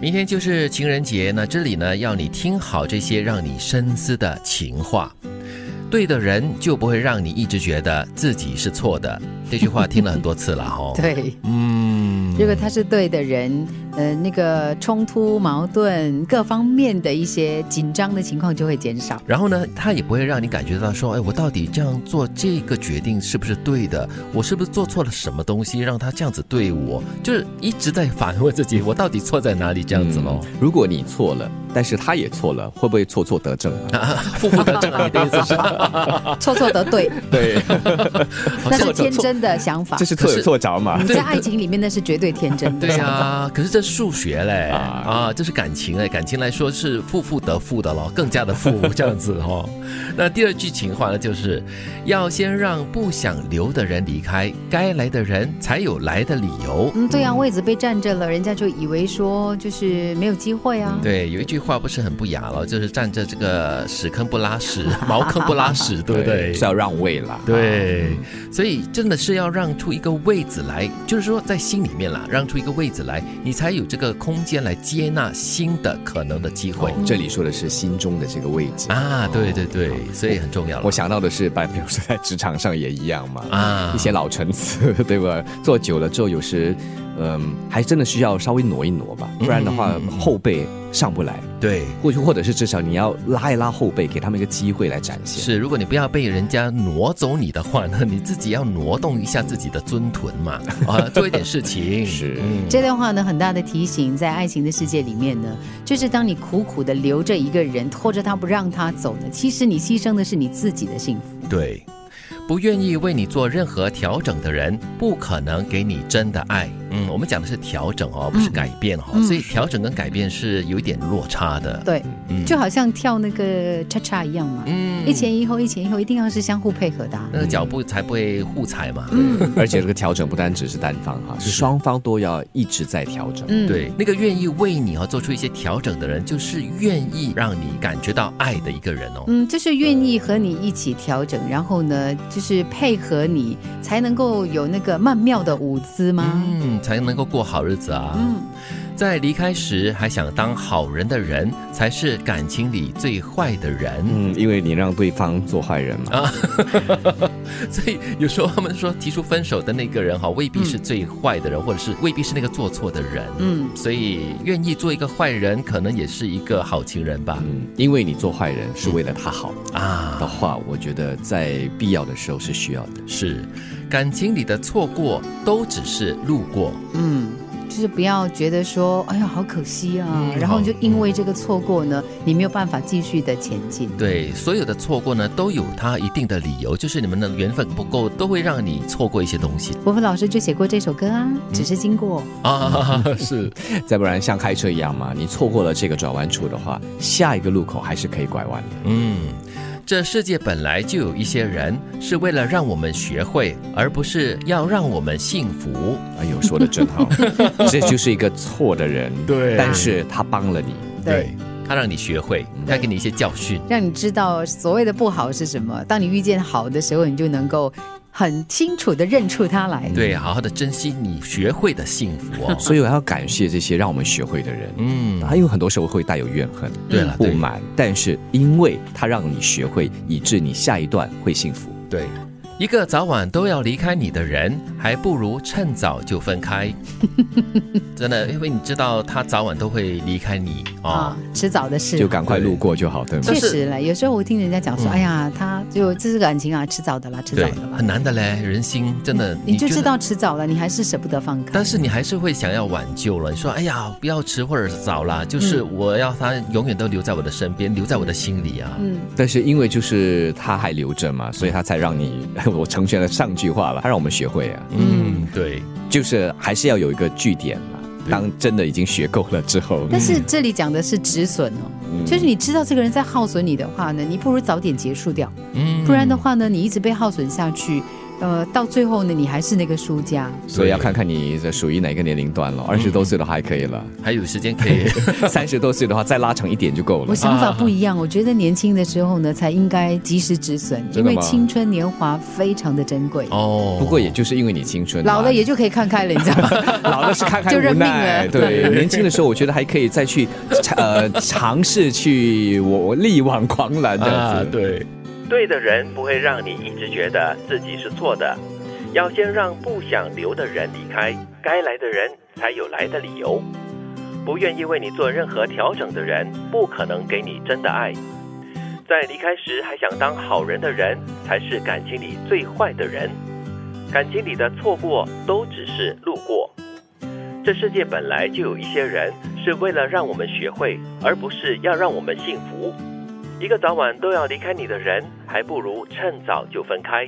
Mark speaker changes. Speaker 1: 明天就是情人节，那这里呢要你听好这些让你深思的情话，对的人就不会让你一直觉得自己是错的。这句话听了很多次了哦。，
Speaker 2: 对，
Speaker 1: 嗯，
Speaker 2: 如果他是对的人，呃，那个冲突、矛盾各方面的一些紧张的情况就会减少。
Speaker 1: 然后呢，他也不会让你感觉到说，哎，我到底这样做这个决定是不是对的？我是不是做错了什么东西让他这样子对我？就是一直在反问自己，我到底错在哪里？这样子咯。
Speaker 3: 嗯如果你错了，但是他也错了，会不会错错得正？啊
Speaker 1: 负负得正，你的意思是？啊
Speaker 2: 错错 得对，
Speaker 3: 对，
Speaker 2: 那是天真的想法
Speaker 3: 这。是错有错着嘛
Speaker 2: 你。
Speaker 1: 对
Speaker 2: 在爱情里面那是绝 对天真的
Speaker 1: 对啊
Speaker 2: 想
Speaker 1: 呀、
Speaker 2: 法。
Speaker 1: 可是这是数学嘞
Speaker 3: 啊
Speaker 1: 啊，这是感情嘞，感情来说是负负得负的咯，更加的负这样子哦。那第二句情话呢，就是要先让不想留的人离开，该来的人才有来的理由。
Speaker 2: 嗯，对呀、位置被占着了，人家就以为说就是没有机会啊。
Speaker 1: 嗯对，有一句话不是很不雅了，就是站着这个屎坑不拉屎，茅坑不拉屎，对不对？
Speaker 3: 是要让位啦。
Speaker 1: 对，所以真的是要让出一个位子来，就是说在心里面啦，让出一个位子来，你才有这个空间来接纳新的可能的机会
Speaker 3: 哦，。这里说的是心中的这个位置
Speaker 1: 啊，对对
Speaker 3: 哦
Speaker 1: 对，所以很重要了。
Speaker 3: 我想到的是，把比如说在职场上也一样嘛，
Speaker 1: 啊
Speaker 3: 一些老陈词，对吧？ 做久了之后，有时，嗯，还真的需要稍微挪一挪吧，
Speaker 1: 嗯
Speaker 3: 不然的话、后背上不来，
Speaker 1: 对
Speaker 3: 或或者是至少你要拉一拉后背，给他们一个机会来展现。
Speaker 1: 是，如果你不要被人家挪走你的话呢，你自己要挪动一下自己的尊臀 嘛，啊，做一点事情
Speaker 3: 是
Speaker 1: 嗯
Speaker 2: 这段话呢，很大的提醒，在爱情的世界里面呢，就是当你苦苦的留着一个人，拖着他不让他走呢，其实你牺牲的是你自己的幸福。
Speaker 1: 对，不愿意为你做任何调整的人，不可能给你真的爱。嗯，我们讲的是调整哦，不是改变哦，
Speaker 2: 嗯
Speaker 1: 所以调整跟改变是有一点落差的。
Speaker 2: 对，
Speaker 1: 嗯
Speaker 2: 就好像跳那个恰恰一样嘛，
Speaker 1: 嗯
Speaker 2: 一前一后，一前一后，一定要是相互配合的啊、
Speaker 1: 那个脚步才不会互踩嘛。
Speaker 2: 嗯
Speaker 3: 而且这个调整不单只是单方哈，是双方都要一直在调整。
Speaker 2: 嗯，，
Speaker 1: 对，那个愿意为你哦做出一些调整的人，就是愿意让你感觉到爱的一个人哦。
Speaker 2: 嗯，就是愿意和你一起调整，然后呢，就是配合你，才能够有那个曼妙的舞姿吗？
Speaker 1: 嗯，才能够过好日子啊。
Speaker 2: 嗯，
Speaker 1: 在离开时还想当好人的人，才是感情里最坏的人。啊
Speaker 3: 嗯，因为你让对方做坏人嘛，
Speaker 1: 所以有时候他们说提出分手的那个人哈，未必是最坏的人，或者是未必是那个做错的人。
Speaker 2: 嗯
Speaker 1: 所以愿意做一个坏人，可能也是一个好情人吧。
Speaker 3: 嗯，因为你做坏人是为了他好的
Speaker 1: 啊，
Speaker 3: 话，我觉得在必要的时候是需要的。
Speaker 1: 是，感情里的错过都只是路过。
Speaker 2: 嗯，就是不要觉得说，哎呀，好可惜啊，
Speaker 1: 嗯
Speaker 2: 然后
Speaker 1: 好
Speaker 2: 就因为这个错过呢，你没有办法继续的前进。
Speaker 1: 对，所有的错过呢，都有它一定的理由，就是你们的缘分不够，都会让你错过一些东西
Speaker 2: 伯父老师就写过这首歌啊，
Speaker 1: 嗯
Speaker 2: 只是经过。
Speaker 1: 啊。是，
Speaker 3: 再不然像开车一样嘛，你错过了这个转弯处的话，下一个路口还是可以拐弯的。
Speaker 1: 嗯，这世界本来就有一些人是为了让我们学会，而不是要让我们幸福。
Speaker 3: 哎呦，说的 真好，这就是一个错的人，
Speaker 1: 对
Speaker 3: 但是他帮了你。
Speaker 2: 对，
Speaker 1: 他让你学会，他给你一些教训。
Speaker 2: 让你知道所谓的不好是什么。当你遇见好的时候，你就能够很清楚的认出它来。
Speaker 1: 对，好好的珍惜你学会的幸福哦。
Speaker 3: 所以我要感谢这些让我们学会的人。
Speaker 1: 嗯，
Speaker 3: 他因为很多时候会带有怨恨、
Speaker 1: 对了
Speaker 3: 不
Speaker 1: 对
Speaker 3: 满，但是因为他让你学会，以致你下一段会幸福。
Speaker 1: 对，一个早晚都要离开你的人，还不如趁早就分 开。真的，因为你知道他早晚都会离开你哦
Speaker 2: 啊。，迟早的事。
Speaker 3: 就赶快路过就好，对吗？
Speaker 2: 确
Speaker 1: 但是
Speaker 2: 实了，有时候我听人家讲说，
Speaker 1: 嗯
Speaker 2: 哎呀，他就这是感情啊，迟早的啦，迟早
Speaker 1: 对
Speaker 2: 的，啦
Speaker 1: 很。难的嘞，人心真的，
Speaker 2: 你就
Speaker 1: 觉得
Speaker 2: 知。道迟早了，你还是舍不得放开。
Speaker 1: 但是你还是会想要挽救了，你说，哎呀，不要迟或者是早啦，就是
Speaker 2: 嗯
Speaker 1: 我要他永远都留在我的身边，留在我的心里啊。
Speaker 2: 嗯，
Speaker 3: 但是因为就是他还留着嘛，所以他才让你， 我成全了上句话了，他让我们学会啊，
Speaker 1: 嗯，对，
Speaker 3: 就是还是要有一个据点嘛。当真的已经学够了之后，
Speaker 2: 但是这里讲的是止损哦，
Speaker 1: 嗯
Speaker 2: 就是你知道这个人在耗损你的话呢，你不如早点结束掉，
Speaker 1: 嗯
Speaker 2: 不然的话呢，你一直被耗损下去，呃，到最后呢，你还是那个输家。
Speaker 3: 所以要看看你这属于哪个年龄段了。
Speaker 2: 嗯
Speaker 3: 二十多岁的还可以了，
Speaker 4: 还有时间可以
Speaker 3: 三十多岁的话再拉长一点就够
Speaker 2: 我
Speaker 3: 了。
Speaker 2: 想法不一样，我觉得年轻的时候呢，才应该及时止损，因
Speaker 3: 真的
Speaker 2: 为
Speaker 3: 吗
Speaker 2: 青春年华非常的珍贵。
Speaker 4: 哦。
Speaker 3: 不过也就是因为你青春嘛
Speaker 2: 老了也就可以看开了，你知道吗？
Speaker 3: 老了是看看
Speaker 2: 就认
Speaker 3: 无
Speaker 2: 命
Speaker 3: 奈，
Speaker 2: 了
Speaker 3: 对，年轻的时候我觉得还可以再去呃尝试去我我力挽狂澜这样
Speaker 4: 啊
Speaker 3: 子，，
Speaker 4: 对。
Speaker 1: 对的人不会让你一直觉得自己是错的，要先让不想留的人离开，该来的人才有来的理由。不愿意为你做任何调整的人，不可能给你真的爱。在离开时还想当好人的人，才是感情里最坏的人。感情里的错过都只是路过。这世界本来就有一些人是为了让我们学会，而不是要让我们幸福。一个早晚都要离开你的人，还不如趁早就分开。